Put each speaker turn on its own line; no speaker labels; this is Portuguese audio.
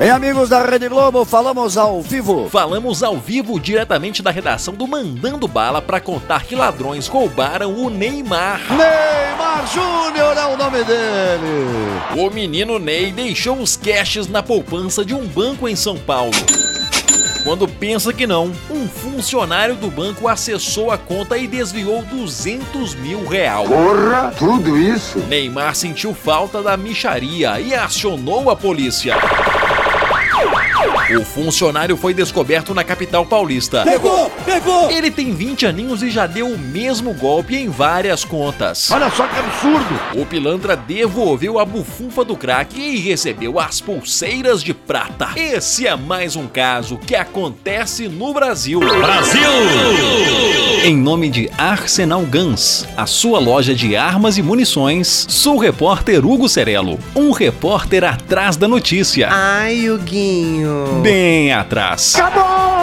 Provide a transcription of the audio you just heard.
Em amigos da Rede Globo, falamos ao vivo.
Falamos ao vivo diretamente da redação do Mandando Bala para contar que ladrões roubaram o Neymar.
Neymar Júnior é o nome dele.
O menino Ney deixou os cashes na poupança de um banco em São Paulo. Quando pensa que não, um funcionário do banco acessou a conta e desviou 200 mil real.
Porra, tudo isso?
Neymar sentiu falta da micharia e acionou a polícia. O funcionário foi descoberto na capital paulista.
Pegou, pegou!
Ele tem 20 aninhos e já deu o mesmo golpe em várias contas.
Olha só que absurdo!
O pilantra devolveu a bufunfa do crack e recebeu as pulseiras de prata. Esse é mais um caso que acontece no Brasil.
Brasil!
Em nome de Arsenal Guns, a sua loja de armas e munições, sou o repórter Hugo Cerelo, um repórter atrás da notícia.
Ai, Huguinho.
Bem atrás.
Acabou!